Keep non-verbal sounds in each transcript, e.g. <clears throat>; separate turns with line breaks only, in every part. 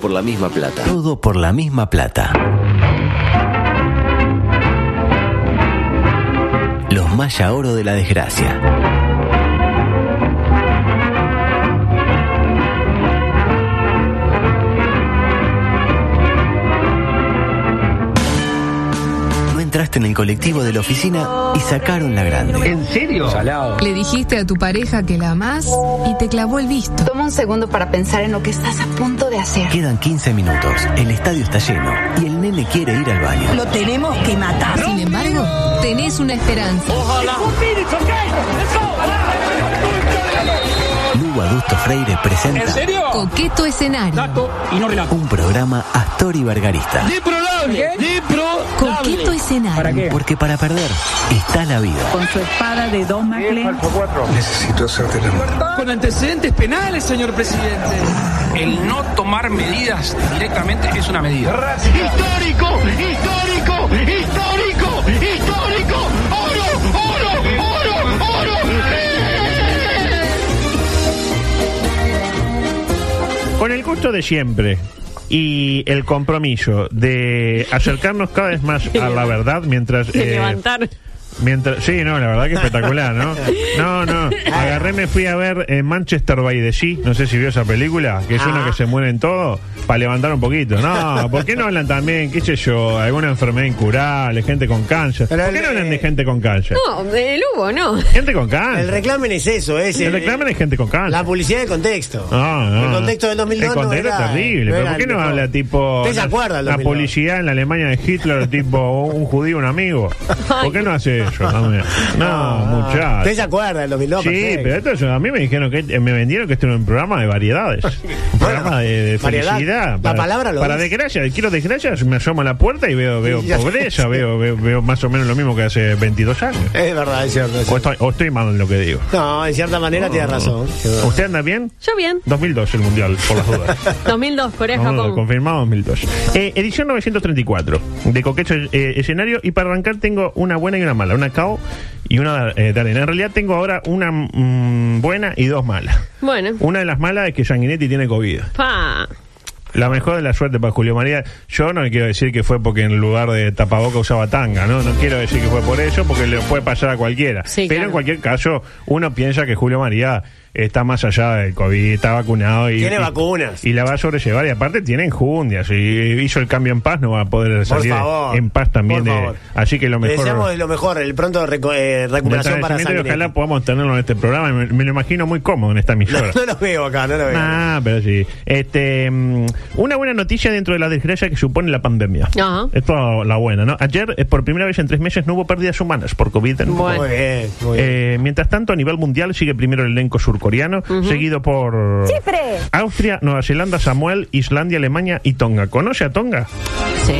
por la misma plata.
Todo por la misma plata. Los Maya Oro de la Desgracia. No entraste en el colectivo de la oficina y sacaron la grande.
¿En serio? Salado.
Le dijiste a tu pareja que la amás y te clavó el visto.
Toma un segundo para pensar en lo que estás a punto de hacer.
Quedan 15 minutos, el estadio está lleno y el nene quiere ir al baño.
Lo tenemos que matar.
Sin embargo, tenés una esperanza.
Lugo Adusto Freire presenta
Coqueto escenario.
Dato y no relato.
un programa Astor y Bargarista.
Coqueto escenario.
qué?
Porque para perder está la vida.
Con su espada de dos maclen.
Necesito hacerte el amor.
Con antecedentes penales, señor presidente.
El no tomar medidas directamente es una medida.
¡Histórico! ¡Histórico! ¡Histórico! ¡Histórico! ¡Oro! ¡Oro! ¡Oro! ¡Oro!
Con el gusto de siempre y el compromiso de acercarnos cada vez más a la verdad mientras...
De
eh,
levantar.
Mientras, sí, no, la verdad que espectacular, ¿no? No, no. Agarré, me fui a ver eh, Manchester by the Sea. No sé si vio esa película, que es
Ah.
uno que se muere en todo, para levantar un poquito. No, ¿por qué no hablan también, qué sé yo, alguna enfermedad incurable, gente con cáncer?
Pero
¿Por qué
el,
no hablan de
eh,
gente con cáncer?
No, de Lugo, no.
Gente con
El
cáncer.
reclamen es eso, es
El reclamen es gente con cáncer.
La publicidad de contexto.
No, no,
El
no.
contexto del 2002
Ah, El contexto
no era-
terrible.
no
¿Pero
era
por qué no
mejor.
habla tipo.
¿Usted se acuerda del
La
2002?
publicidad en la Alemania de
<laughs>
Hitler, tipo un judío, un amigo. ¿Por qué no hace eso?
<laughs>
Dame- No, muchachos.
Ah, ¿Usted se acuerda del 2002?
Sí,
Perfecto.
pero esto es- a mí me dijeron que eh, me vendieron que esto era un programa de
<laughs>
variedades. Un programa de, de
variedad.
felicidad.
La palabra lo
Para
dice.
desgracia, quiero desgracia, me asomo a la puerta y veo, veo
Y <laughs> ya-
pobreza, veo, veo, veo más o menos lo mismo que hace 22 años.
Es verdad, es cierto. es
O
cierto.
estoy, o estoy mal en lo que digo.
No, en cierta manera tiene razón.
¿Usted anda bien?
Yo bien.
2002 el mundial, por las
<laughs>
dudas.
2002, Corea,
No, no,
Japón.
confirmado 2002. Eh, edición 934 de Coquecho eh, Escenario. Y para arrancar, tengo una buena y una mala. Una cao y una eh, de arena. En realidad, tengo ahora una mm, buena y dos malas.
Bueno.
Una de las malas es que Sanguinetti tiene COVID.
Pa.
La mejor de la suerte para Julio María. Yo no quiero decir que fue porque en lugar de tapaboca usaba tanga, ¿no? No quiero decir que fue por eso, porque le puede pasar a cualquiera.
Sí,
Pero
claro.
en cualquier caso, uno piensa que Julio María está más allá del COVID, está vacunado y.
Tiene
y-
vacunas.
Y la va a sobrellevar. Y aparte tiene enjundias. Y hizo el cambio en paz, no va a poder
Por
salir
favor.
en paz también.
Por
de-
favor.
así que lo
Le
mejor.
deseamos lo mejor, el pronto reco- eh, recuperación para
Fortalecimiento y
sangre.
Ojalá podamos tenerlo en este programa. Me, me lo imagino muy cómodo en esta emisora.
<laughs> No lo veo acá, no lo veo.
Ah, pero sí. Este, mm, una buena noticia dentro de la desgracia que supone la pandemia.
Ajá.
Esto la buena, ¿no? Ayer, eh, por primera vez en tres meses, no hubo pérdidas humanas por COVID. en-
Bueno.
Muy bien, muy bien.
Eh, mientras tanto, a nivel mundial sigue primero el elenco surcoreano, seguido por Austria, Nueva Zelanda, Samuel, Islandia, Alemania y Tonga. ¿Conoce a Tonga?
Sí.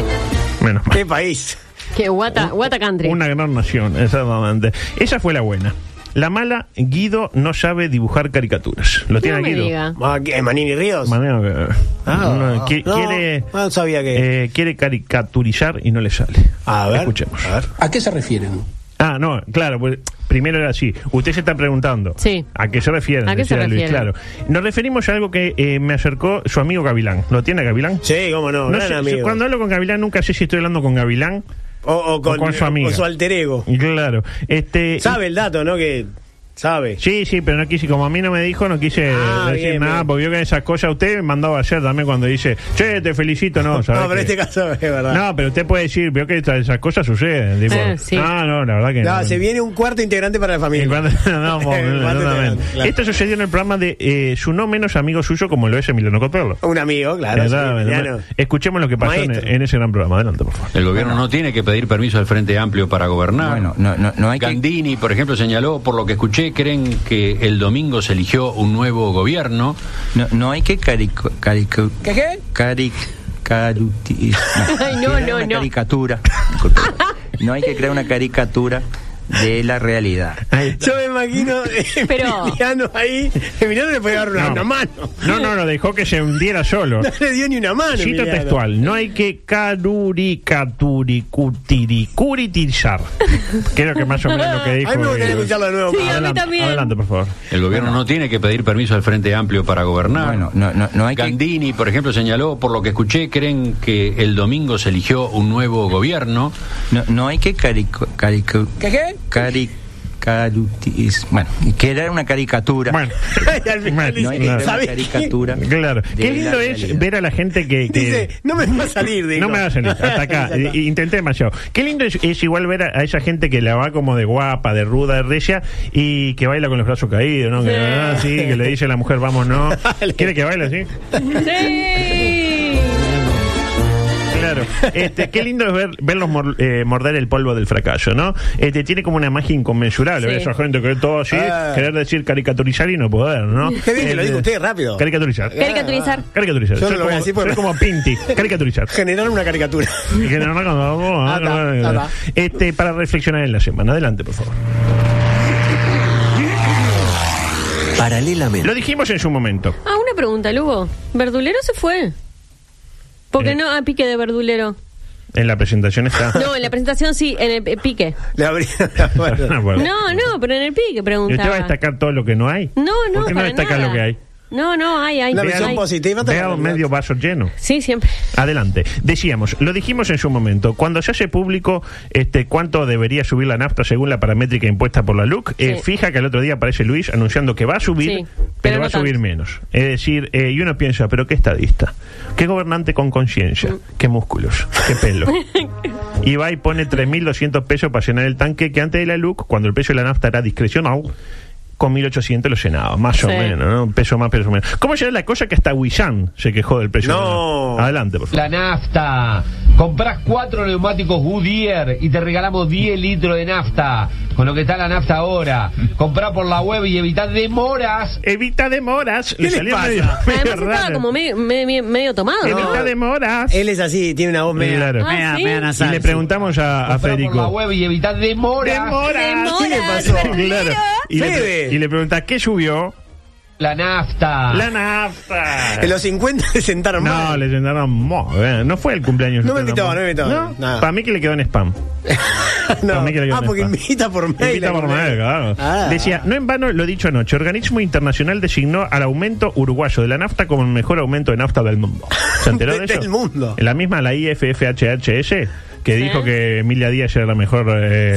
Menos mal.
¿Qué país?
Que Wata, Wata Country.
Una gran nación, exactamente. Esa fue la buena. La mala, Guido no sabe dibujar caricaturas. ¿Lo tiene
no
a
me
Guido?
diga.
Ah, ¿qué? ¿Manini Ríos?
Manera que- uno qui-
Ah, no,
quiere,
no sabía que-
eh, quiere caricaturizar y no le sale.
A ver,
Escuchemos.
a ver.
¿A qué se refieren?
Ah, no, claro, pues, primero era así. Usted se está preguntando.
Sí.
¿A qué se refieren?
¿A qué se
Decía Luis,
refieren?
claro. Nos referimos a algo que eh, me acercó su amigo Gavilán. ¿Lo tiene Gavilán?
Sí, cómo no,
No
gran
sé,
amigo.
Cuando hablo con Gavilán nunca sé si estoy hablando con Gavilán
O, o con,
con su amiga.
o su alter ego.
Claro. Este,
Sabe el dato, ¿no? Que sabe.
Sí, sí, pero no quise, como a mí no me dijo, no quise
Ah,
decir
bien,
nada,
bien.
porque yo que esas cosas usted me mandaba ayer también cuando dice, che, te felicito, no,
No,
¿sabes
pero en
qué?
este caso es verdad.
No, pero usted puede decir, veo que esta- esas cosas suceden. Tipo,
Eh, sí.
No, no, la verdad que
No, se viene un cuarto integrante para la
Y
familia.
cuando- <laughs>
<laughs>
no, mo-
En
no,
cuanto
no,
te-
no,
claro.
Esto sucedió en el programa de eh, su no menos amigo suyo, como lo es Emiliano Copelo.
Un amigo, Oh, claro. sí, Emiliano.
Escuchemos lo que pasó en,
Maestro.
en ese gran programa. Adelante, por favor.
El gobierno no tiene que pedir permiso al Frente Amplio para gobernar.
Bueno, no, no, no hay que...
Gandini, por ejemplo, señaló, por lo que escuché, creen que el domingo se eligió un nuevo gobierno.
No, no hay que carico, carico, ¿Qué qué? Caric, caruti-
Ay, no,
crear
<laughs>
no,
una
no.
caricatura. Disculpe. No hay que crear una caricatura
de la realidad.
Yo
<laughs>
me imagino eh,
Pero-
Emiliano ahí. Emiliano le puede dar una,
No.
una mano.
No, no, no, dejó que se hundiera solo.
<laughs> No le dio ni una mano.
Cito
Emiliano.
textual, no hay que caruricaturicutiricuritizar.
<laughs>
Creo que más o menos lo que dijo.
A mí me
el-
gustaría escucharlo de nuevo.
Sí, a mí
Adelante,
también.
Adelante, por favor.
El gobierno no tiene que pedir permiso al Frente Amplio para gobernar.
Bueno, no, no, no hay que...
Gandini, por ejemplo, señaló, por lo que escuché, creen que el domingo se eligió un nuevo gobierno.
No, no hay que carico, carico,
qué?
cari- carutiz- bueno, y que era una caricatura.
<laughs>
Bueno,
Y al final
no hay que
dice,
crear
"¿Sabés
una
qué?".
caricatura.
claro.
de
Qué lindo
la
es
realidad.
ver a la gente que. que-
Dice, no me va a salir. digo.
No me hacen
<laughs>
hasta acá.
Ya está.
I- Intenté demasiado. Qué lindo es, es igual ver a, a esa gente que la va como de guapa, de ruda, de recia y que baila con los brazos caídos, ¿no? Que,
Sí.
ah, sí, que le dice a la mujer, vamos,
<laughs>
no.
Dale.
¿Quiere que baile así?
Sí.
Claro. Este, qué lindo es ver, verlos mor- eh, morder el polvo del fracaso, ¿no? Este, tiene como una magia inconmensurable.
Sí.
ver a Esa gente que todo así,
Ah.
querer decir caricaturizar y no poder, ¿no?
<laughs> Qué bien que lo
Eh,
dijo usted, rápido.
Caricaturizar.
Caricaturizar.
Caricaturizar.
Yo no
Soy
lo voy a
como-
decir porque
soy
me-
como
<laughs>
Pinti. Caricaturizar.
Generar una caricatura. <laughs>
Y que no, no, no, no, no,
Ah, está,
no, no.
ah,
Este, para reflexionar en la semana. Adelante, por favor.
Paralelamente.
Lo dijimos en su momento.
Ah, una pregunta, Lugo. ¿Verdulero se fue? Porque
Eh.
no a pique de verdulero.
En la presentación está.
No, en la presentación sí, en el eh, pique.
Le abrieron
<laughs>
la
No,
puerta.
bueno.
No, no, pero en el pique
¿Y usted va a
preguntaba.
destacar todo lo que no hay?
No, no,
¿Por qué no
para
destaca
nada.
lo que hay?
No, no, hay, hay.
La
hay.
versión positiva. te la
Vea un
realidad.
medio vaso lleno. <laughs>
Sí, siempre.
Adelante. Decíamos, lo dijimos en su momento, cuando se hace público este cuánto debería subir la nafta según la paramétrica impuesta por la LUC, eh,
Sí.
fija que al otro día aparece Luis anunciando que va a subir,
Sí,
pero,
pero
va
no
a subir
tanto.
menos. Es decir, eh, y uno piensa, pero qué estadista, qué gobernante con conciencia, qué músculos, qué
<laughs>
pelo. y va y pone 3.200 pesos para llenar el tanque que antes de la LUC, cuando el precio de la nafta era discrecional, con 1.800 lo llenaba, más o
Sí.
menos, ¿no? Un peso más, peso menos. ¿Cómo será la cosa que hasta Wishan se quejó del precio? de la
No.
nafta? Adelante, por favor.
La nafta. Comprás cuatro neumáticos Goodyear y te regalamos 10 litros de nafta. Con lo que está la nafta ahora. Comprá por la web y evitá demoras.
Evita demoras.
le pasa?
Además estaba como medio, me- me- medio tomado. ¿no?
Evita demoras.
Él es así, tiene una voz media.
Claro.
Ah,
media-
¿sí?
media
Y
nasal,
le
sí.
preguntamos a, a
Comprá por la
Federico.
web y evitá demoras.
Demoras.
¿Qué le pasó?
Claro. Y, le,
Fede.
pre- y le pregunta, ¿qué subió?
La nafta.
La nafta.
En los 50 se sentaron
No,
mal.
le llenaron mo. eh, No fue el cumpleaños.
No me
le
invitó,
llenaron
no me
mo.
invitó, nada.
Para mí que le quedó en spam.
<laughs> No.
Para mí que le quedó
Ah,
en
porque
spam.
invita por mail.
Invita por mail, claro.
Ah.
Decía, no en vano lo dicho anoche, Organismo Internacional designó al aumento uruguayo de la nafta como el mejor aumento de nafta del mundo. ¿Se enteró de
<laughs> Del
eso?
mundo.
La misma, la IFFHHS, que dijo que Emilia Díaz era la mejor... eh,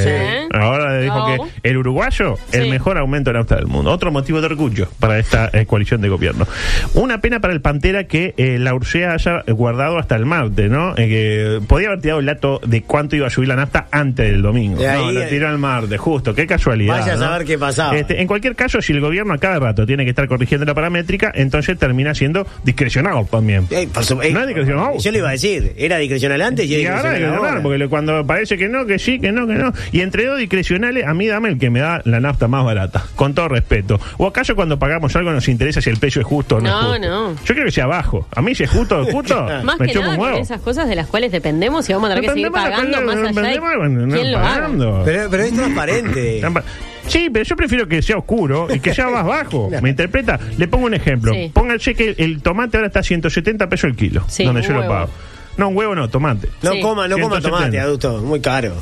Sí.
Ahora dijo
No.
que el uruguayo, el
Sí.
mejor aumento de nafta del mundo. Otro motivo de orgullo para esta eh, coalición de gobierno. Una pena para el Pantera que eh, la Urcea haya guardado hasta el martes, ¿no? Eh, que podía haber tirado el dato de cuánto iba a subir la nafta antes del domingo.
De
no,
ahí-
lo tiró al martes, justo. Qué casualidad.
Vaya a
¿no?
saber qué pasaba.
Este, en cualquier caso, si el gobierno a cada rato tiene que estar corrigiendo la paramétrica, entonces termina siendo discrecional también.
Eh, por su- eh,
no es discrecional.
Yo le iba a decir, era discrecional antes y,
Y ahora
era
hay que
discrecional
ganar,
ahora.
porque lo- cuando parece que no, que sí, que no, que no. Y entre dos discrecionales, a mí dame el que me da la nafta más barata, con todo respeto. ¿O acaso cuando pagamos algo nos interesa si el precio es justo o no? es
No,
justo?
no.
Yo quiero que sea bajo. A mí si es justo o es justo,
<laughs> Más
me
que
chupo
nada
un
con
huevo.
esas cosas de las cuales dependemos y vamos a tener que seguir
Vendemos la
pagando
pelea,
más allá. de
vendemos, no,
¿Quién lo haga?
pagando.
Pero, pero es
<coughs>
transparente.
Trampa- Sí, pero yo prefiero que sea oscuro y que sea más
<laughs>
bajo. ¿Me interpreta? Le pongo un ejemplo.
Sí.
Pónganse que el tomate ahora está a 170 pesos el kilo,
Sí,
donde
un
yo lo
huevo.
pago. No, un huevo no, tomate.
No
Sí.
coma, no coma
170.
tomate, adulto. Muy caro.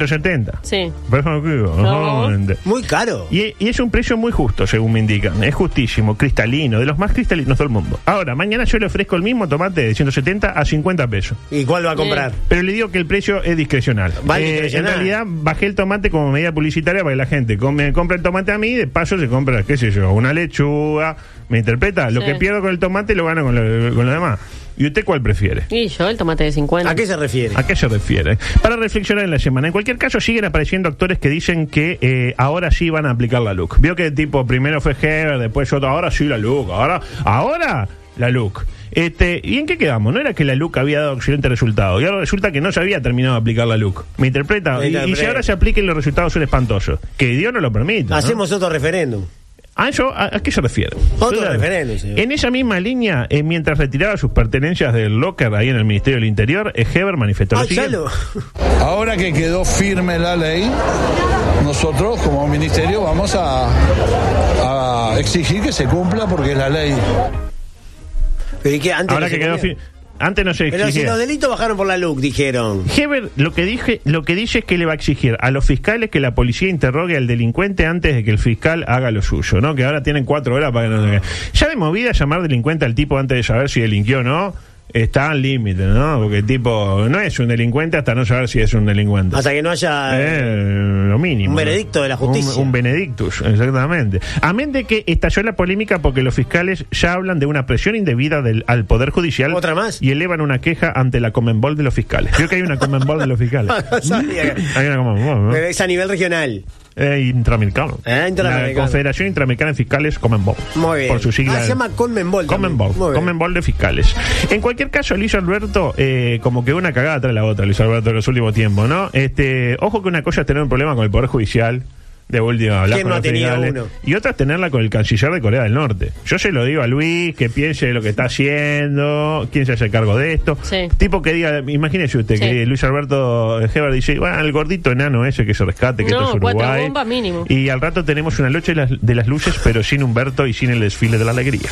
170.
Sí.
Por eso no digo,
No.
no,
Muy caro.
y, y es un precio muy justo, según me indican. Es justísimo, cristalino, de los más cristalinos del mundo. Ahora, mañana yo le ofrezco el mismo tomate de 170 a 50 pesos.
¿Y cuál va a comprar?
Pero le digo que el precio es discrecional.
Va
Eh,
discrecional.
En realidad bajé el tomate como medida publicitaria para que la gente come, compra el tomate a mí y de paso se compra, qué sé yo, una lechuga. ¿Me interpreta? Lo
Sí.
que pierdo con el tomate lo gano con lo, con lo demás. ¿Y usted cuál prefiere?
Y yo, el tomate de 50.
¿A qué se refiere?
¿A qué se refiere? Para reflexionar en la semana. En cualquier caso, siguen apareciendo actores que dicen que eh, ahora sí van a aplicar la look. Vio que tipo, primero fue Heber, después otro, ahora sí la look, ahora, ahora la look. Este, ¿Y en qué quedamos? No era que la look había dado excelente resultado. Y ahora resulta que no se había terminado de aplicar la look. ¿Me interpreta?
Me
Y, y si
interpreta.
ahora se apliquen los resultados son espantosos. Que Dios no lo permita. ¿no?
Hacemos otro referéndum.
¿A, eso, a, a qué se refiere?
Otro
Claro.
referéndum, señor.
En esa misma línea, eh, mientras retiraba sus pertenencias del locker ahí en el Ministerio del Interior, eh, Heber manifestó lo
Ay, Ah, ya
siguiente.
<laughs>
lo-
Ahora que quedó firme la ley, nosotros como ministerio vamos a, a exigir que se cumpla porque es la ley.
antes
Ahora
no
que
se
quedó
comía?
fi- Antes no se
Pero si
exigía.
los delitos bajaron por la LUC, dijeron.
Heber lo que, dije, lo que dice es que le va a exigir a los fiscales que la policía interrogue al delincuente antes de que el fiscal haga lo suyo, ¿no? Que ahora tienen cuatro horas para que no Ya de movida llamar delincuente al tipo antes de saber si delinquió o no, está al límite, ¿no? Porque el tipo no es un delincuente hasta no saber si es un delincuente.
Hasta que no haya.
Eh, lo mínimo.
Un
¿no?
veredicto de la justicia.
Un, un benedictus, exactamente. Amén de que estalló la polémica porque los fiscales ya hablan de una presión indebida del, al Poder Judicial.
¿Otra más?
Y elevan una queja ante la Comenbol de los fiscales. Creo que hay una Comenbol de los fiscales.
<laughs> No sabía que-
Hay una Comenbol, ¿no?
Pero es a nivel
<laughs>
regional.
Eh, intramericano.
Eh, intramericano.
La Confederación Intramericana de Fiscales Comenbol.
Muy bien.
Por su sigla.
Ah, se llama Conmebol también.
Comenbol.
Muy bien.
Comenbol de fiscales. En cualquier caso, Luis Alberto, eh, como que una cagada tras la otra, Luis Alberto, en los últimos tiempos, ¿no? Este, ojo que una cosa es tener un problema con el Poder Judicial. De última, hablar
¿Quién
con
no ha
los
tenido
fiscales,
uno?
Y otra es tenerla con el canciller de Corea del Norte. Yo se lo digo a Luis, que piense de lo que está haciendo, quién se hace cargo de esto.
Sí.
Tipo que diga, imagínese usted, que Luis Alberto Heber dice, bueno, el gordito enano ese que se rescate, que
No,
esto es
cuatro
Uruguay.
bombas mínimo.
Y al rato tenemos una noche de las, de las luces, pero sin Humberto y sin el desfile de la alegría.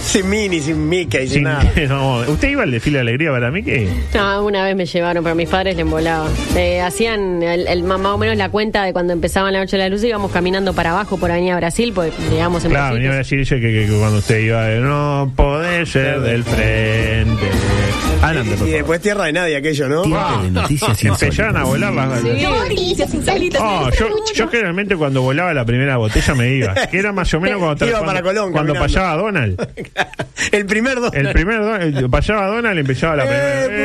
sin Mini, sin Mickey, sin,
Sin-
nada.
<laughs> no, ¿Usted iba al desfile de alegría para mí que
No, una vez me llevaron, pero mis padres le embolaban. Eh, hacían el, el- más o menos la cuenta de cuando empezaban la noche de la luz íbamos caminando para abajo por Avenida Brasil, pues llegamos en
Claro, venía a
Brasil.
decir dice que, que- que cuando usted iba, eh, no podés ser del frente. Adelante, por
Y
favor.
después tierra de nadie aquello, ¿no?
Tiempo de noticias insólitas.
Empezaron a volar las Oh, yo, yo generalmente cuando volaba la primera botella me iba. Que era más o menos cuando,
<laughs> Iba
cuando,
para Colón
cuando
caminando.
pasaba Donald.
<laughs> el primer dos.
El primer don- el- pasaba Donald y empezaba la primera.
<laughs>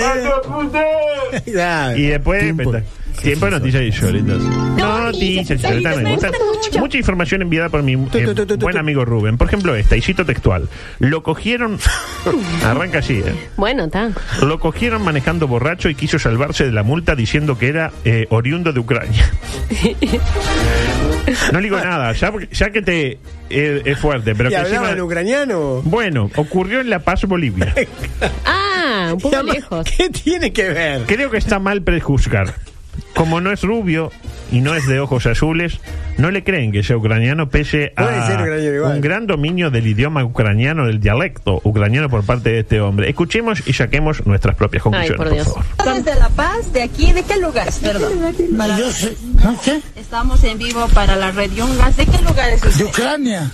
Eh, puto,
Eh, puto.
<laughs> Claro.
Y después
Tiempo.
espectac- Tiempo de noticias insólitas. Noticias insólitas. Me gusta Mucha información enviada por mi eh,
tu, tu, tu, tu.
buen amigo Rubén. Por ejemplo, esta, y cito textual. Lo
<laughs>
cogieron. Arranca así, ¿eh?
Bueno, está.
Lo cogieron manejando borracho y quiso salvarse de la multa diciendo que era eh, oriundo de <laughs> Ucrania. No digo nada, ya, porque- ya que te eh, es fuerte, pero
¿Y
que
hablaba
encima-
en ucraniano?
Bueno, ocurrió en La Paz, Bolivia.
Ah, un poco
Llama-
lejos.
¿Qué tiene que ver?
Creo que está mal prejuzgar. Como no es rubio y no es de ojos azules, no le creen que sea ucraniano pese
Puede
a
ser ucraniano igual.
un gran dominio del idioma ucraniano, del dialecto ucraniano por parte de este hombre. Escuchemos y saquemos nuestras propias
Ay,
conclusiones,
por
por
Dios.
favor.
de La Paz, de aquí, ¿de qué lugares? Perdón. Estamos en vivo para la red Yungas. ¿De qué lugares? <laughs>
De Ucrania.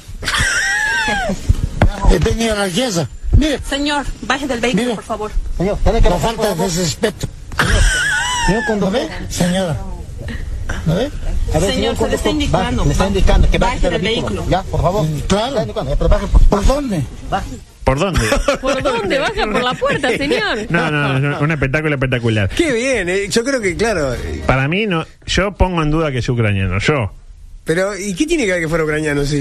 He venido a la riqueza. Mire,
Señor, baje del vehículo,
Mire.
por favor.
no falta de respeto. Señor, ¿no ve? Señora. ¿No ve?
Señor, se le está indicando.
le está indicando que
baje del vehículo.
Ya, por favor. Claro. ¿Por dónde?
¿Por dónde?
¿Por dónde? Baja por
<laughs>
la puerta, señor.
No, no, no, un espectáculo espectacular.
Qué bien, eh, yo creo que, claro. eh,
Para mí, no, yo pongo en duda que es ucraniano. Yo.
Pero, ¿y qué tiene que ver que fuera ucraniano? Si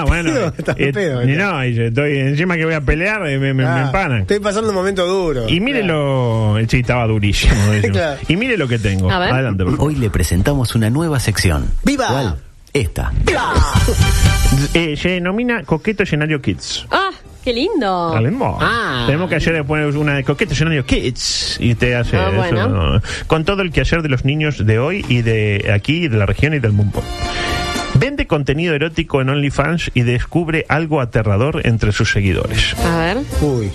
ah,
en
bueno.
pedo, <laughs> estaba en
eh,
pedo,
ni
¿verdad?
no, y yo estoy, encima que voy a pelear, eh, me, me- me
Ah,
empanan.
Estoy pasando un momento duro.
Y mírelo. El chiste estaba durísimo. durísimo.
Claro.
Y mire lo que tengo.
A ver.
Adelante, por favor.
Hoy le presentamos una nueva sección.
¡Viva!
¿Cuál? Esta.
Eh, se denomina Coqueto Escenario Kids.
Ah, qué lindo.
Hablemos.
Ah.
Tenemos que hacer después una de Coqueto Escenario Kids. Y te hace
Ah,
eso,
bueno.
¿no? Con todo el quehacer de los niños de hoy y de aquí, y de la región y del mundo. Vende contenido erótico en OnlyFans y descubre algo aterrador entre sus seguidores.
A ver.
Uy.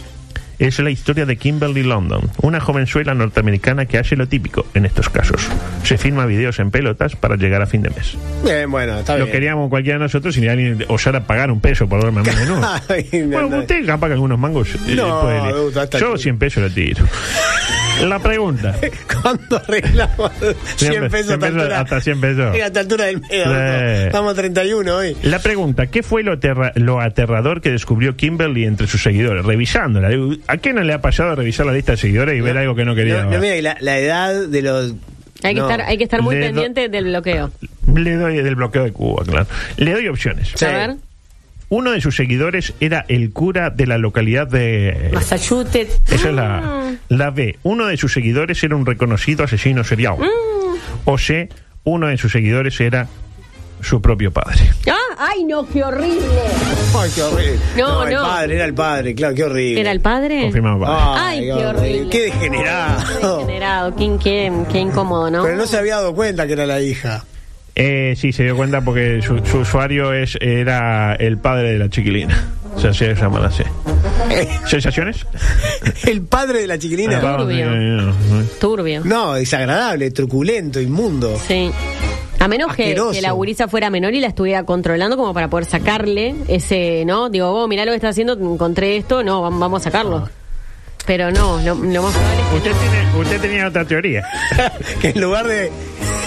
Es la historia de Kimberly London, una jovenzuela norteamericana que hace lo típico en estos casos. Se filma videos en pelotas para llegar a fin de mes.
Bien, bueno, está
Lo
bien.
queríamos cualquiera de nosotros si alguien osara pagar un peso por verme a mí menudo.
<laughs> Ay,
Bueno,
anda.
usted capaz que algunos mangos eh,
No,
puede.
duda, hasta
Yo
que-
100 pesos lo tiro. La pregunta.
¿Cuándo arreglamos 100
100
pesos, a esta
pesos,
altura?
hasta 100 pesos.
Mira, a esta altura del medio.
Eh.
¿no? Estamos a 31 hoy.
La pregunta, ¿qué fue lo, aterra- lo aterrador que descubrió Kimberly entre sus seguidores? Revisándola. Digo, ¿A qué no le ha pasado revisar la lista de seguidores y ver algo que no quería?
No, no,
ver?
mira, y la, la edad de los.
Hay que,
no.
estar, hay que estar muy
Le do-
pendiente del bloqueo.
Le doy del bloqueo de Cuba, claro. Le doy opciones.
Sí.
A ver.
Uno de sus seguidores era el cura de la localidad
Ah,
de...
Massachusetts.
Esa es la, la B. Uno de sus seguidores era un reconocido asesino serial. O C. Uno de sus seguidores era su propio padre.
¡Ah! ¡Ay, no! ¡Qué horrible!
Ay, qué horrible.
No,
El
no.
padre, era el padre, claro, qué horrible.
¿Era el padre?
Confirmado padre.
Ah.
Ay, qué horrible.
Qué degenerado.
Generado, qué, qué- qué incómodo, ¿no?
Pero no se había dado cuenta que era la hija. <laughs>
Eh, sí, se dio cuenta porque su, su usuario es, era el padre de la chiquilina. Se hacía llamar así. ¿Sensaciones?
El padre de la chiquilina.
Ah, perdón,
Turbio.
eh, eh,
Turbio.
No, desagradable, truculento, inmundo. <laughs>
Sí. A menos que,
Asqueroso.
que la gurisa fuera menor y la estuviera controlando como para poder sacarle ese, ¿no? Digo, vos mirá lo que está haciendo, encontré esto, no, vam- vamos a sacarlo. Pero no, lo, lo más
<laughs>
probable
eh. Usted, tiene- usted tenía otra teoría.
que en lugar de,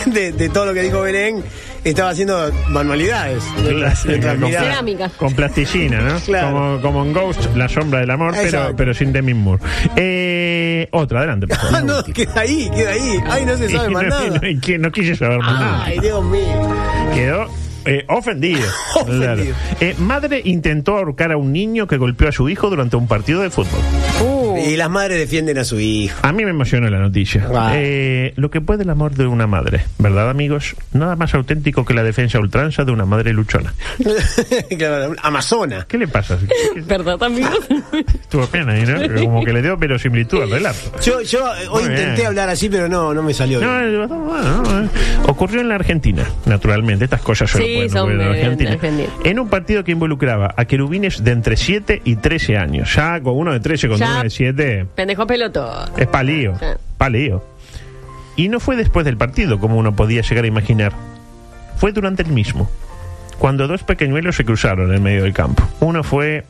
de, de todo lo que dijo Belén, estaba haciendo manualidades. de otras- de otras
Con-
miradas.
Cerámicas.
Con plasticina, ¿no?
Claro.
Como, como en Ghost, la sombra del amor, pero,
Exacto.
pero sin Demi Moore. Eh, otra, adelante. por favor.
Ah, <laughs> no, queda ahí, queda ahí. Ay, no se sabe
Y <laughs>
más
no,
nada.
y que no quise saber más nada.
Ay, Dios mío.
Quedó eh, ofendido. Claro. Eh, madre intentó ahorcar a un niño que golpeó a su hijo durante un partido de fútbol.
Y las madres defienden a su hijo. <laughs>
A mí me emocionó la noticia.
Wow.
Eh, lo que puede el amor de una madre, ¿verdad, amigos? Nada más auténtico que la defensa a ultranza de una madre luchona.
Claro, Amazona.
¿Qué le pasa?
¿Verdad, amigos?
Estuvo pena ahí, ¿no? Pero Como que le dio verosimilitud al relato.
Yo, yo eh, hoy
Muy bien.
intenté hablar así, pero no, no me salió.
No,
bien.
eh, bueno, no, eh. Ocurrió en la Argentina, naturalmente. Estas cosas solo
Sí,
pueden
son
ocurrir en la
de- de
Argentina.
Argentina.
En un partido que involucraba a querubines de entre 7 y 13 años. Ya con uno de 13, con
Ya.
uno de 7,
<laughs> Pendejo peloto.
es palío.
Ya.
Palío. Y no fue después del partido, como uno podía llegar a imaginar. Fue durante el mismo. Cuando dos pequeñuelos se cruzaron en medio del campo. Uno fue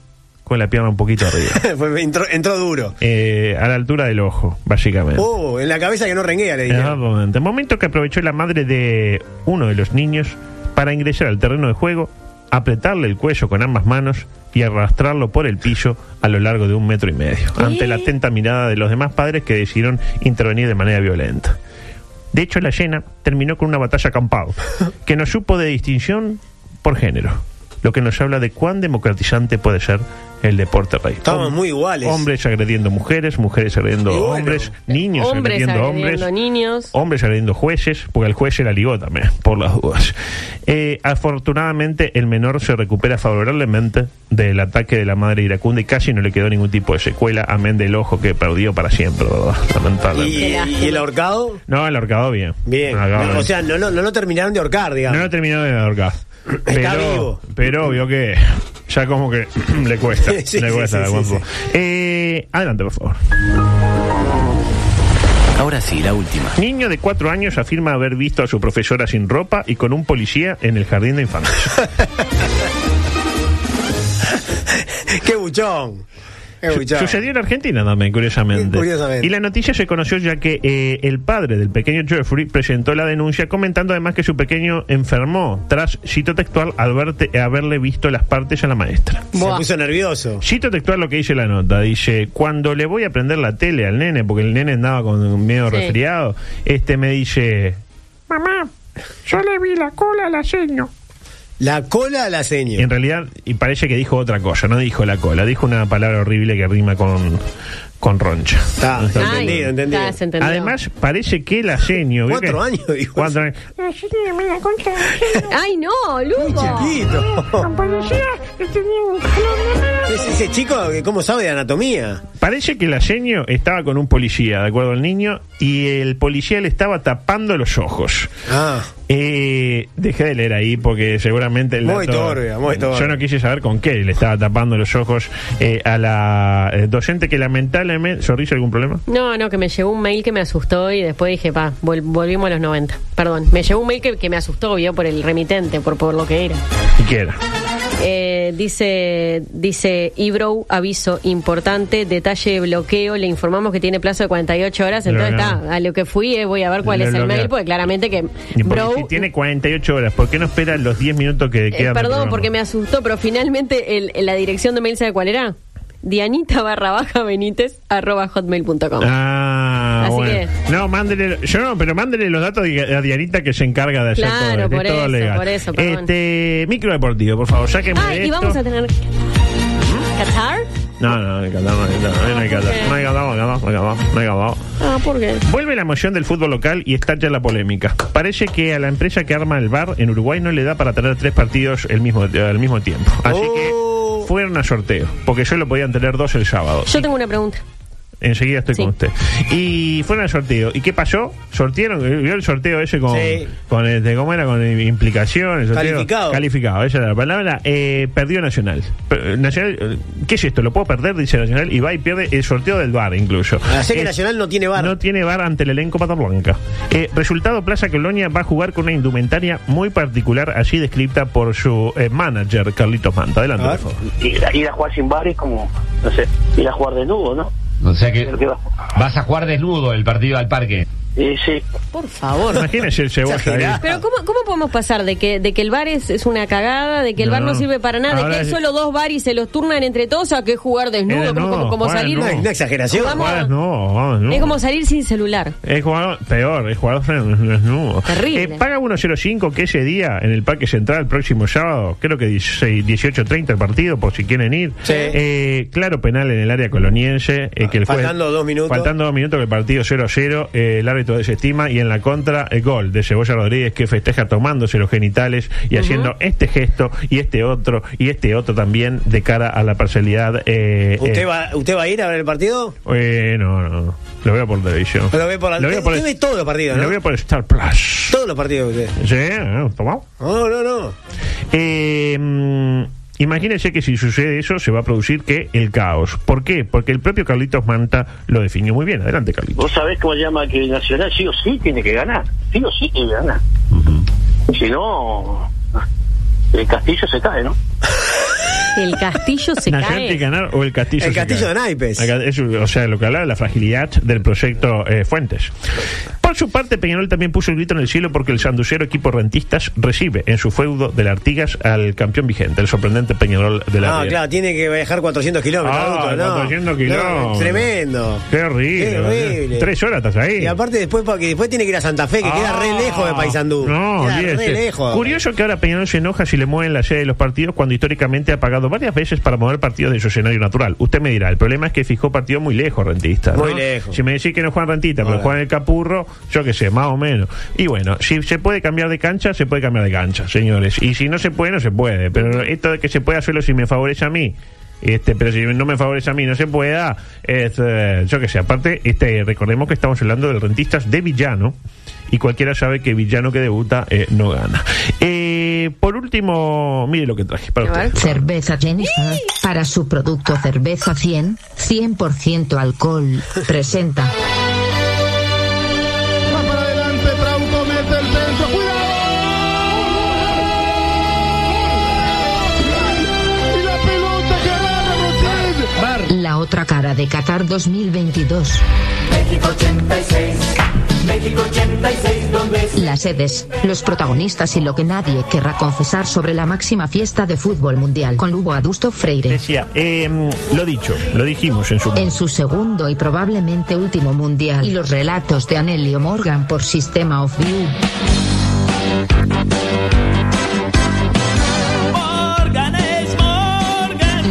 con la pierna un poquito
<laughs>
arriba.
<laughs> Fue- entró, entró duro.
eh, a la altura del ojo, básicamente.
Oh, en la cabeza que no renguea, le dije.
Exactamente. Momento que aprovechó la madre de uno de los niños para ingresar al terreno de juego, apretarle el cuello con ambas manos y arrastrarlo por el piso a lo largo de un metro y medio, ante la atenta mirada de los demás padres que decidieron intervenir de manera violenta. De hecho, la llena terminó con una batalla campado, que no supo de distinción por género, lo que nos habla de cuán democratizante puede ser el deporte rey.
Estábamos muy iguales.
Hombres agrediendo mujeres, mujeres agrediendo
Y bueno.
hombres, niños
Hombres
agrediendo hombres,
agrediendo niños.
hombres agrediendo jueces, porque el juez se la ligó también, <laughs> por las dudas. Eh, afortunadamente, el menor se recupera favorablemente del ataque de la madre iracunda y casi no le quedó ningún tipo de secuela, amén del ojo que perdió para siempre, ¿verdad? Lamentablemente.
¿Y, y el ahorcado?
No, el ahorcado bien.
Bien.
El ahorcado
o sea, no, no, no lo terminaron de ahorcar, digamos.
no lo terminó de ahorcar.
<clears throat> Está
pero,
vivo.
Pero vio que ya como que <clears throat> le cuesta.
<laughs> Sí,
le
sí,
cuesta
sí,
al
sí,
cuerpo.
sí.
Eh, adelante, por favor.
Ahora sí, la última.
Niño de cuatro años afirma haber visto a su profesora sin ropa y con un policía en el jardín de infantes.
<laughs> ¡Qué buchón! ¡Qué
Su-
buchón!
Sucedió en Argentina también, curiosamente.
Curiosamente.
Y la noticia se conoció ya que eh, el padre del pequeño Jeffrey presentó la denuncia comentando además que su pequeño enfermó tras, cito textual, adverte- haberle visto las partes a la maestra.
Se
Buah.
puso nervioso.
Cito textual lo que dice la nota. Dice, cuando le voy a prender la tele al nene, porque el nene andaba con miedo
Sí.
resfriado, este me dice, mamá, yo le vi la cola a la seño.
La cola a la
Y
seña.
en realidad, y parece que dijo otra cosa, no dijo la cola, dijo una palabra horrible que rima con, con roncha.
Está,
No
está
Ay,
entendido, entendido.
ya se entendió.
Además, parece que la seño... ¿vio
Cuatro
que-
años, dijo.
Cuatro años.
¡Ay, no, Lugo!
Chiquito. Es ese chico que cómo sabe de anatomía.
Parece que la seño estaba con un policía, de acuerdo al niño, y el policía le estaba tapando los ojos.
Ah.
Eh, dejé de leer ahí porque seguramente el
Muy
dato-
turbia, muy turbia.
Yo no quise saber con qué le estaba tapando los ojos eh, a la eh, docente que lamentablemente. ¿Sorriso algún problema?
No, no, que me llegó un mail que me asustó y después dije, pa, vol- volvimos a los 90. Perdón, me llegó un mail que, que me asustó, vio, por el remitente, por, por lo que era.
¿Y qué era?
Eh, dice, dice Ibrow, aviso importante, detalle de bloqueo, le informamos que tiene plazo de 48 horas, entonces
Lo
está,
bloquearon.
a lo que fui eh, voy a ver cuál
Lo
es el mail,
bloquearon.
porque claramente que
Y porque
Brow...
si tiene 48 horas, ¿por qué no espera los 10 minutos que
Eh,
quedan? de
perdón,
programa?
porque me asustó, pero finalmente el- la dirección de mail, ¿sabe cuál era? Dianita barra baja Benítez arroba hotmail.com.
Ah,
Así
bueno. No, mándele, yo no, pero mándele los datos a Dianita que se encarga de hacer todo,
Claro,
de
por
todo
eso,
legal.
por eso, perdón.
este, micro deportivo, por favor, sáquenme
Ah,
de
y
esto.
vamos a tener... ¿Qatar?
No, no, no hay que hablar, no hay que hablar, no hay que hablar, no hay que hablar, no hay que hablar, no hay que hablar.
Ah, ¿por qué?
Vuelve la moción del fútbol local y estalla la polémica. Parece que a la empresa que arma el bar en Uruguay no le da para tener tres partidos el mismo, al mismo tiempo. Así que fueron a sorteo, porque solo podían tener dos el sábado.
Yo tengo una pregunta.
Enseguida estoy
Sí.
con usted. Y fueron al sorteo. ¿Y qué pasó? Sortearon, vio el sorteo ese con,
Sí.
con este, ¿cómo era? Con implicación, el sorteo.
Calificado.
Calificado, esa era la palabra. Eh, perdió Nacional. Per- Nacional, eh, ¿qué es esto? ¿Lo puedo perder? Dice Nacional. Y va y pierde el sorteo del bar incluso.
Así Ah, que
Eh,
Nacional no tiene bar.
no tiene bar ante el elenco Pata Blanca. Eh, resultado, Plaza Colonia va a jugar con una indumentaria muy particular, allí descrita por su eh, manager, Carlitos Manta. Adelante, por favor.
Ir, ir a jugar sin bar es como, no sé, ir a jugar desnudo, ¿no?
O sea que
Creo que va-
vas a jugar desnudo el partido al parque.
Eh, sí.
Por favor.
Imagínese el cebolla ahí.
Pero ¿cómo, cómo podemos pasar de que, de que el bar es, es una cagada, de que el
No.
bar no sirve para nada, de
Ahora
que hay
es-
solo dos bares y se los turnan entre todos a que jugar desnudo,
Eh,
como,
no,
como- como
Juan,
salir...
no.
Jugamos-
Juan, no, Juan, no.
Es como salir sin celular.
Es jugador, peor, es jugador desnudo.
Terrible.
Eh, paga 1.05 que ese día en el Parque Central, el próximo sábado, creo que 16, 18.30 el partido, por si quieren ir. Eh, claro, penal en el área coloniense. eh, que el juez-
Faltando dos minutos.
Faltando dos minutos que el partido 0-0, eh, el árbitro desestima y en la contra, el gol de Cebolla Rodríguez que festeja tomándose los genitales y haciendo este gesto y este otro y este otro también de cara a la parcialidad. eh,
¿Usted,
eh,
va, ¿Usted va a ir a ver el partido?
eh, no, no. Lo veo por televisión.
Lo ve por la-
Lo veo
usted-
por
usted ve todos los partidos,
Lo
¿no?
veo por Star Plus.
Todos los partidos que usted.
Sí, eh, tomado.
No, no, no.
Eh, mm, imagínense que si sucede eso, se va a producir que el caos. ¿Por qué? Porque el propio Carlitos Manta lo definió muy bien. Adelante, Carlitos.
Vos sabés cómo se llama que Nacional sí o sí tiene que ganar. Sí o sí tiene que ganar. Si no, el castillo se cae, ¿no?
El castillo se
Nacional
cae.
tiene que ganar o el castillo.
El
se
castillo
cae.
de naipes.
El ca- es, o sea, lo que hablaba, la fragilidad del proyecto eh, Fuentes. Por su parte, Peñarol también puso el grito en el cielo porque el sanducero equipo rentistas recibe en su feudo de la Artigas al campeón vigente, el sorprendente Peñarol de la
Ah,
Riera.
claro, tiene que viajar 400 kilómetros.
Ah,
adulto, no.
400
No,
kilómetros.
tremendo.
Qué horrible.
Qué horrible.
Tres horas estás ahí.
Y aparte, después, pa- que después tiene que ir a Santa Fe, que queda re lejos de Paysandú.
Ah, No,
queda
olvídese.
re lejos.
Curioso que ahora Peñarol se enoja si le mueven la sede de los partidos cuando históricamente ha pagado varias veces para mover partidos de su escenario natural. Usted me dirá, el problema es que fijó partido muy lejos, Rentista. ¿no?
Muy lejos.
Si me decís que no juegan Rentista, pero
Bueno.
juegan el Capurro, yo qué sé, más o menos. Y bueno, si se puede cambiar de cancha, se puede cambiar de cancha, señores. Y si no se puede, no se puede. Pero esto de que se puede hacerlo si me favorece a mí. Este, pero si no me favorece a mí, no se pueda. este, yo qué sé, aparte, este, recordemos que estamos hablando del rentistas de Villano. Y cualquiera sabe que Villano que debuta eh, no gana. Eh, por último, mire lo que traje para usted.
Cerveza Jennifer, para su producto Cerveza 100, 100% alcohol, presenta.
Va para adelante, Trauco mete el centro. ¡Cuidado! Y la pelota que agarra Rochelle.
La otra cara de Qatar 2022.
México 86, México 86, ¿dónde es?
Las sedes, los protagonistas y lo que nadie querrá confesar sobre la máxima fiesta de fútbol mundial con Lugo Adusto Freire.
Decía, eh, lo dicho, lo dijimos en su
En su segundo y probablemente último mundial y los relatos de Anelio Morgan por Sistema of View.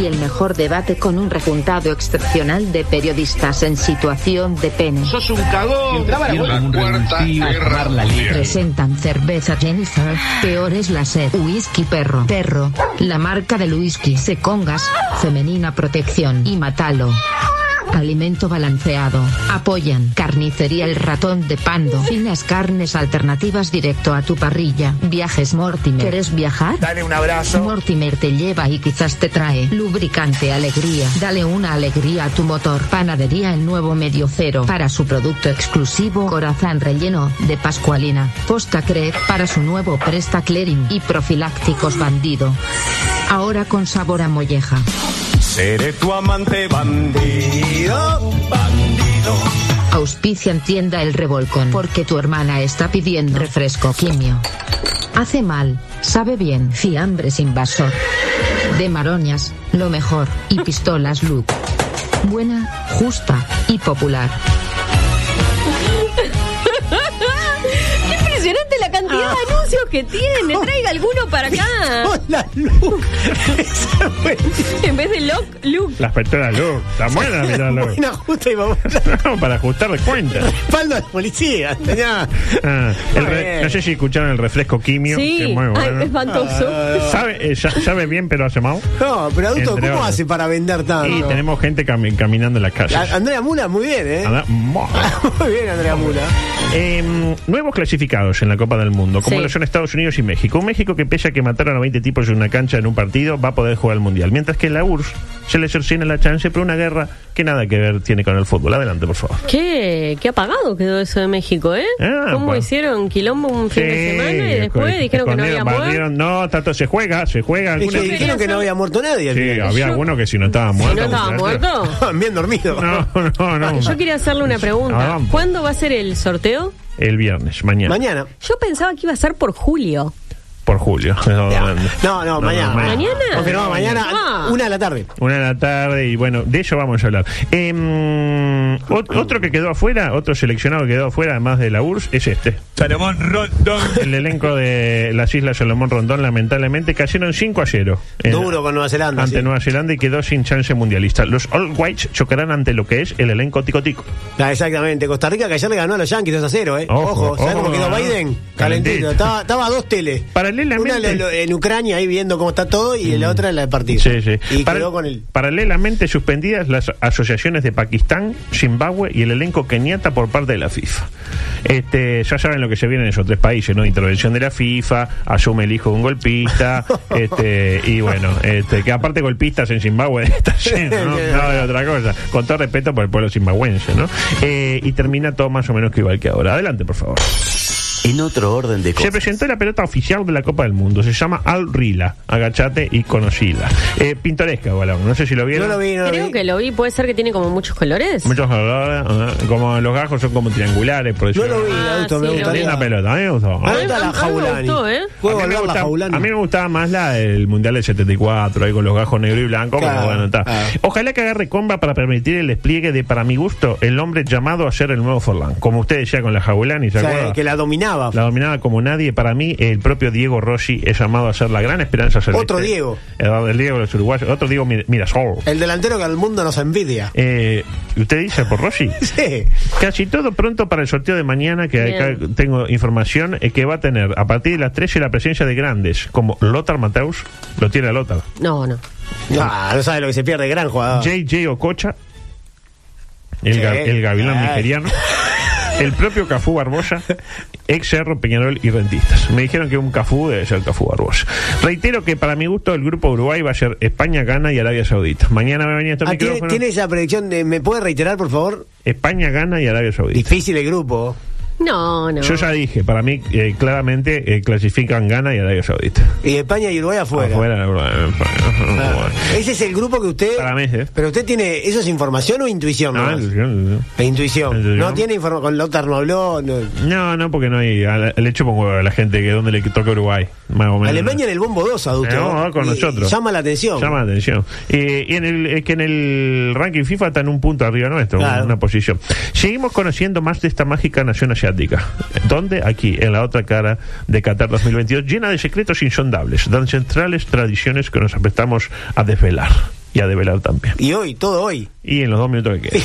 Y el mejor debate con un rejuntado excepcional de periodistas en situación de pena.
Sos un cagón. Entraba la como un revulsivo, tomar la letra.
Presentan cerveza Jennifer, peor es la sed, whisky perro, perro, la marca del whisky, secongas, femenina protección y matalo. Alimento balanceado. Apoyan Carnicería El Ratón de Pando. Finas carnes alternativas directo a tu parrilla. Viajes Mortimer. ¿Quieres viajar? Dale un abrazo. Mortimer te lleva y quizás te trae. Lubricante Alegría. Dale una alegría a tu motor. Panadería El Nuevo Medio Cero. Para su producto exclusivo Corazán Relleno de Pascualina. Posta Crep para su nuevo Presta Clearing. Y Profilácticos Bandido. Ahora con sabor a molleja.
Seré tu amante bandido,
<laughs>
bandido.
Auspician tienda El Revolcón porque tu hermana está pidiendo refresco quimio. Hace mal, sabe bien, fiambres invasor. De Maroñas, lo mejor, y pistolas Luke. Buena, justa y popular.
<laughs> ¡Qué impresionante la cantidad de anuncios que tiene. Traiga alguno para <laughs>
Ah.
acá.
la <laughs>
en vez de lock, look.
Las pistolas luz, la buena la
<laughs>
pistola luz.
Buena, justa y vamos.
para ajustar cuentas.
Respaldo de policía. <laughs> tenía-
Ah, el re-
Muy bien.
no sé si escucharon el refresco quimio.
Sí.
que es muy
Ay,
bueno.
espantoso.
Ah, sabe, eh, ya- sabe bien, pero hace mal.
No, pero adulto,
Entre
¿cómo
otras.
hace para vender
Y
tanto?
tenemos gente cami- caminando en la calle.
A- Andrea Mula, muy bien, ¿eh?
Anda, mo-
<laughs> Muy bien, Andrea Mula.
Em, nuevos clasificados en la Copa del Mundo, como
Sí.
lo son Estados Unidos y México. Un México que pese a que mataron a 20 tipos en una cancha en un partido, va a poder jugar al Mundial. Mientras que la URSS se le cercena la chance por una guerra que nada que ver tiene con el fútbol. Adelante, por favor.
Qué, qué apagado quedó eso de México, ¿eh?
Ah,
¿Cómo
bueno.
hicieron quilombo un fin de
Sí,
semana y después
escondieron-
dijeron que no había muerto?
barrieron- No, tanto se juega, se juega.
Es
alguna-
que dijeron que no había muerto nadie. al
Sí,
final.
había alguno que si no estaba muerto.
no estaba
muchacho.
muerto?
<laughs> Bien dormido.
No, no, no.
Yo quería hacerle una
Ah,
pregunta.
vamos.
¿Cuándo va a ser el sorteo?
El viernes, mañana.
Mañana.
Yo pensaba que iba a ser por julio.
Por julio. No, no,
No, no, mañana.
¿Mañana?
Porque no, mañana,
Ah.
una de la tarde.
Una de la tarde y bueno, de ello vamos a hablar. Em, ot- otro que quedó afuera, otro seleccionado que quedó afuera, además de la URSS, es este.
Salomón Rondón.
El elenco de las Islas Salomón Rondón, lamentablemente, cayeron 5 a 0. en-
Duro con Nueva Zelanda.
ante
sí.
Nueva Zelanda y quedó sin chance mundialista. Los All Whites chocarán ante lo que es el elenco ticotico.
Ah, exactamente. Costa Rica que ayer le ganó a los Yankees 2 a 0, ¿eh?
Ojo,
Ojo, ¿sabes
ojo,
cómo quedó
¿no?
Biden?
Calentito.
Calentito. Estaba, estaba a dos teles.
Paralelamente- Mm.
Una lo- lo- en Ucrania ahí viendo cómo está todo y la otra en la de partido.
Sí, sí.
Y
Para-
quedó con el.
Paralelamente suspendidas las asociaciones de Pakistán, Zimbabue y el elenco keniata por parte de la FIFA. Este, ya saben lo que se viene en esos tres países, ¿no? Intervención de la FIFA, asume el hijo de un
<laughs>
golpista, este, y bueno, este, que aparte golpistas en Zimbabue <laughs> está lleno,
<laughs>
¿no? No, de otra cosa. Con todo respeto por el pueblo zimbabuense, ¿no? Eh, y termina todo más o menos que igual que ahora. Adelante, por favor.
En otro orden de
Se
cosas.
presentó la pelota oficial de la Copa del Mundo. Se llama Al Rila. Agachate y conocila. Eh, pintoresca, balón. No sé si lo vieron.
No lo vi, no lo
Creo
vi.
que lo vi. Puede ser que tiene como muchos colores.
Muchos olores, ah, como los gajos son como triangulares, por
No
decirlo.
lo vi,
Ah,
adulto, me
sí, lo
Qué linda
gustaría.
pelota, a mí me gustó.
Ah,
A mí-
está
A
la
mí me
jaulani.
gustó, ¿eh?
a mí,
Puedo
me
hablar la
gusta-
jaulani.
a mí me gustaba más la del Mundial del 74, ahí con los gajos negro y blanco, como
Claro,
bueno, está.
claro.
Ojalá que agarre comba para permitir el despliegue de, para mi gusto, el hombre llamado a ser el nuevo Forlán. Como usted decía con la Jaulani, ¿se
O sea,
acuerda?
que la dominaba.
La dominaba como nadie. Para mí, el propio Diego Rossi es llamado a ser la gran esperanza celeste. Eh,
Otro Diego.
El, el Diego de los uruguayos. Otro Diego Mir- Mirasol.
El delantero que al mundo nos envidia. <laughs>
Eh, ¿Usted dice por Rossi?
Sí.
Casi todo pronto para el sorteo de mañana, que
Bien.
acá tengo información, eh, que va a tener a partir de las 13 la presencia de grandes, como Lothar Mateus, lo tiene Lothar,
No, no.
Ah, no sabe lo que se pierde, gran jugador.
JJ Ococha, el,
Sí.
ga- el gavilán
Ay.
nigeriano, el propio Cafú Barbosa, ex Cerro Peñarol y Rentistas. Me dijeron que un Cafú debe ser Cafú Barbosa. Reitero que para mi gusto el grupo Uruguay va a ser España, Ghana y Arabia Saudita. Mañana me venía estos
Ah, ¿tiene,
micrófonos.
tiene esa predicción de. ¿Me puede reiterar, por favor?
España, Ghana y Arabia Saudita.
Difícil el grupo.
No, no.
Yo ya dije, para mí eh, claramente eh, clasifican Ghana y Arabia Saudita.
Y España y Uruguay afuera.
Afuera, eh,
Ah, Ese es el grupo que usted.
Para mí, sí.
Pero usted tiene. ¿Eso es información o intuición?
Ah, No,
nomás?
no,
La intuición.
Intuición.
No tiene información. Con Lothar no habló. no.
no, porque no hay. al- Le echo huevo a la gente que donde le toca Uruguay. más o menos.
Alemania en el bombo 2, adulto.
Eh, vamos a ver con
Y-
nosotros.
Llama la atención.
Llama la atención. Eh, y en el, es que en el ranking FIFA están un punto arriba nuestro,
Claro.
una posición. Seguimos conociendo más de esta mágica nación asiática. ¿Dónde? Aquí, en la otra cara de Qatar 2022, llena de secretos insondables, tan centrales tradiciones que nos apretamos a desvelar y a develar también.
Y hoy, todo hoy. <laughs>
Y en los dos minutos que quedan.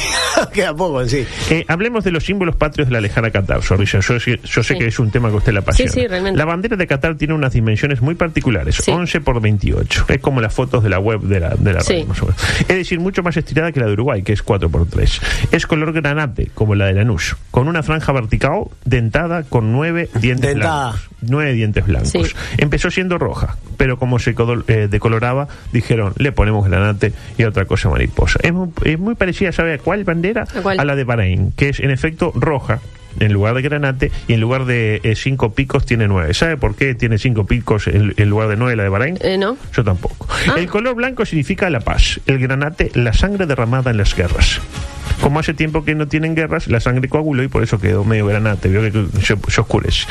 Queda poco, sí.
Eh, hablemos de los símbolos patrios de la lejana Qatar, Zorrilla. Yo, sé- yo sé
Sí.
que es un tema que a usted la apasiona.
Sí, sí, realmente.
La bandera de Qatar tiene unas dimensiones muy particulares,
Sí.
11 por 28. Es como las fotos de la web de la, de la
Sí.
radio, más o menos. Es decir, mucho más estirada que la de Uruguay, que es 4 por 3. Es color granate, como la de Lanús, con una franja vertical dentada con 9 dientes
Dentada.
blancos. 9 dientes blancos.
Sí.
Empezó siendo roja, pero como se codol- eh, decoloraba, dijeron, le ponemos granate y otra cosa mariposa. Es muy, es muy parecida, ¿sabe a cuál bandera?
¿A cuál?
la de Bahrein, que es en efecto roja en lugar de granate y en lugar de eh, cinco picos tiene nueve. ¿Sabe por qué tiene cinco picos en, en lugar de nueve la de Bahrein?
Eh, no.
Yo tampoco.
Ah.
El color blanco significa la paz, el granate, la sangre derramada en las guerras. Como hace tiempo que no tienen guerras, la sangre coaguló y por eso quedó medio granate. Vio que yo, yo oscurece.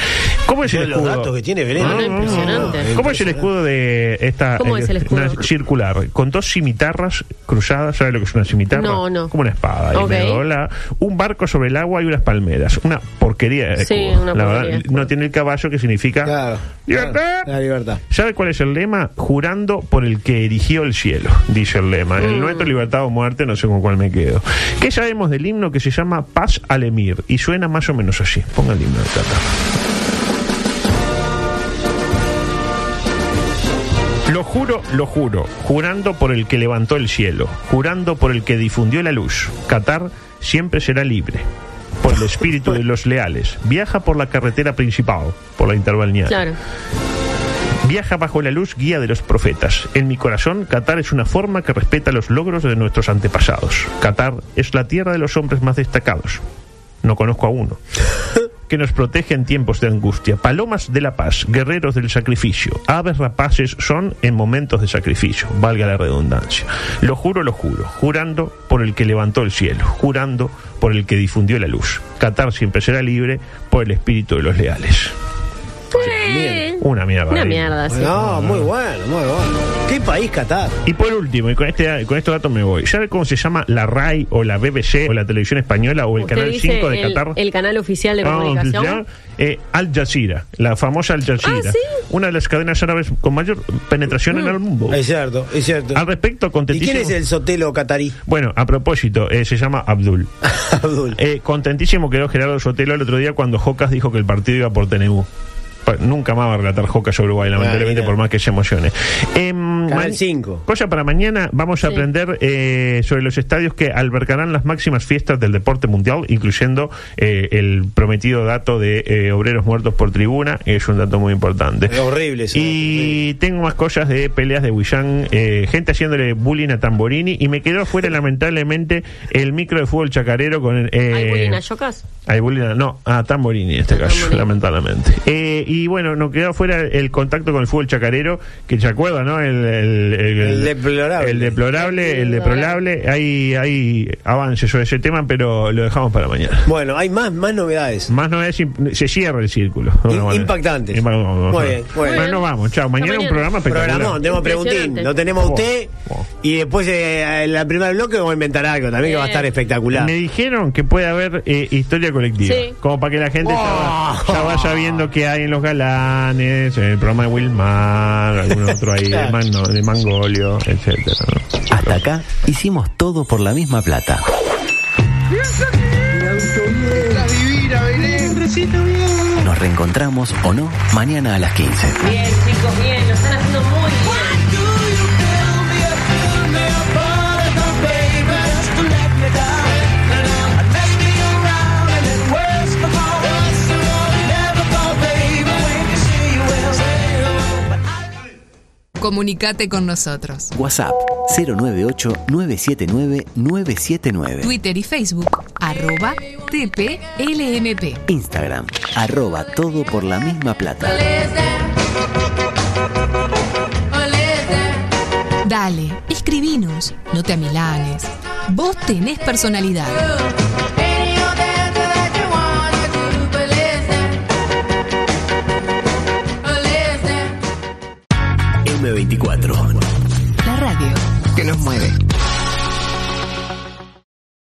¿Cómo es el
Los
escudo?
datos que tiene Belén.
No,
¿eh?
no, no, no. ¿Cómo es el escudo de esta
Ah,
eh,
¿Cómo es el escudo?
una circular? Con dos cimitarras cruzadas, ¿sabe lo que es una cimitarra?
No, no.
Como una espada. ahí
Ok.
medio doblada. un barco sobre el agua y unas palmeras. Una porquería. de
Sí,
escudo.
una
La
porquería
verdad,
de
no tiene el caballo que significa Ah. libertad.
La libertad.
¿Sabe cuál es el lema? Jurando por el que erigió el cielo, dice el lema. El nuestro, libertad o muerte, no sé con cuál me quedo. ¿Qué sabemos del himno que se llama Paz al Emir? Y suena más o menos así. Ponga el himno, Tata. Lo juro, lo juro, jurando por el que levantó el cielo, jurando por el que difundió la luz. Qatar siempre será libre. Por el espíritu de los leales. Viaja por la carretera principal, por la interbalnearia.
Claro.
Viaja bajo la luz guía de los profetas. En mi corazón, Qatar es una forma que respeta los logros de nuestros antepasados. Qatar es la tierra de los hombres más destacados. No conozco a uno. Que nos protege en tiempos de angustia. Palomas de la paz, guerreros del sacrificio. Aves rapaces son en momentos de sacrificio, valga la redundancia. Lo juro, lo juro. Jurando por el que levantó el cielo. Jurando por el que difundió la luz. Qatar siempre será libre por el espíritu de los leales. Una mierda.
Una
ahí.
mierda, Ah, sí.
No, muy bueno, muy bueno. ¿Qué país Qatar?
Y por último, y con este con estos datos me voy, ¿sabe cómo se llama la RAI o la BBC o la televisión española o el
Usted
canal
dice
5 de
el,
Qatar?
el canal oficial de
Ah,
comunicación.
ya, eh, Al Jazeera, la famosa Al Jazeera,
Ah, ¿sí? Mm.
una de las cadenas árabes con mayor penetración en el mundo.
Es cierto, es cierto.
Al respecto,
¿Y quién
contentísimo.
es el Sotelo catarí?
Bueno, a propósito, eh, se llama Abdul.
<laughs> Abdul.
Eh, contentísimo quedó Gerardo Sotelo el otro día cuando Jocas dijo que el partido iba por TNU. Pa- Nunca más va a relatar Jocas sobre Uruguay, lamentablemente,
mira.
por más que se emocione. Em,
Canal
ma-
5.
Cosa para mañana, vamos a aprender eh, sobre los estadios que albergarán las máximas fiestas del deporte mundial, incluyendo eh, el prometido dato de eh, obreros muertos por tribuna, es un dato muy importante.
Horrible. eso.
Y tengo más cosas de peleas de Huillán, eh, gente haciéndole bullying a Tamborini, y me quedó afuera <laughs> lamentablemente el micro de fútbol chacarero con... Eh,
¿Hay bullying a Yocas?
Ay, Bolina, no, a Tamborini en este caso, lamentablemente. Eh, y bueno, nos quedó fuera el contacto con el fútbol chacarero, que se acuerda, ¿no? El, el, el-
El deplorable.
El deplorable, el deplorable. Hay, hay avances sobre ese tema, pero lo dejamos para mañana.
Bueno, hay más, más novedades.
Más no es, se cierra el círculo. de alguna manera.
impactantes.
Impa- vamos,
Muy
vamos.
bien, muy bien.
Bueno, nos vamos, chao. Mañana,
Hasta
un programa espectacular.
Programón, tenemos preguntín.
Impresionante.
Lo tenemos a usted.
Wow.
Y después, eh, en el primer bloque, vamos a inventar algo también que
Eh.
va a estar espectacular.
Me dijeron que puede haber eh, historia colectiva.
Sí.
Como para que la gente ya, ya vaya viendo qué hay en los galanes, en el programa de Wilmar, algún otro
<laughs>
ahí, de, Magno- de Mangolio, etcétera ¿no?
Hasta acá hicimos todo por la misma plata.
divina, Belén.
Nos reencontramos o no mañana a las 15.
Bien, chicos, bien, lo están haciendo muy bien.
Comunicate con nosotros.
WhatsApp 098-979-979.
Twitter y Facebook, arroba TPLMP.
Instagram, arroba todo por la misma plata.
Dale, escribinos, no te amilanes. Vos tenés personalidad.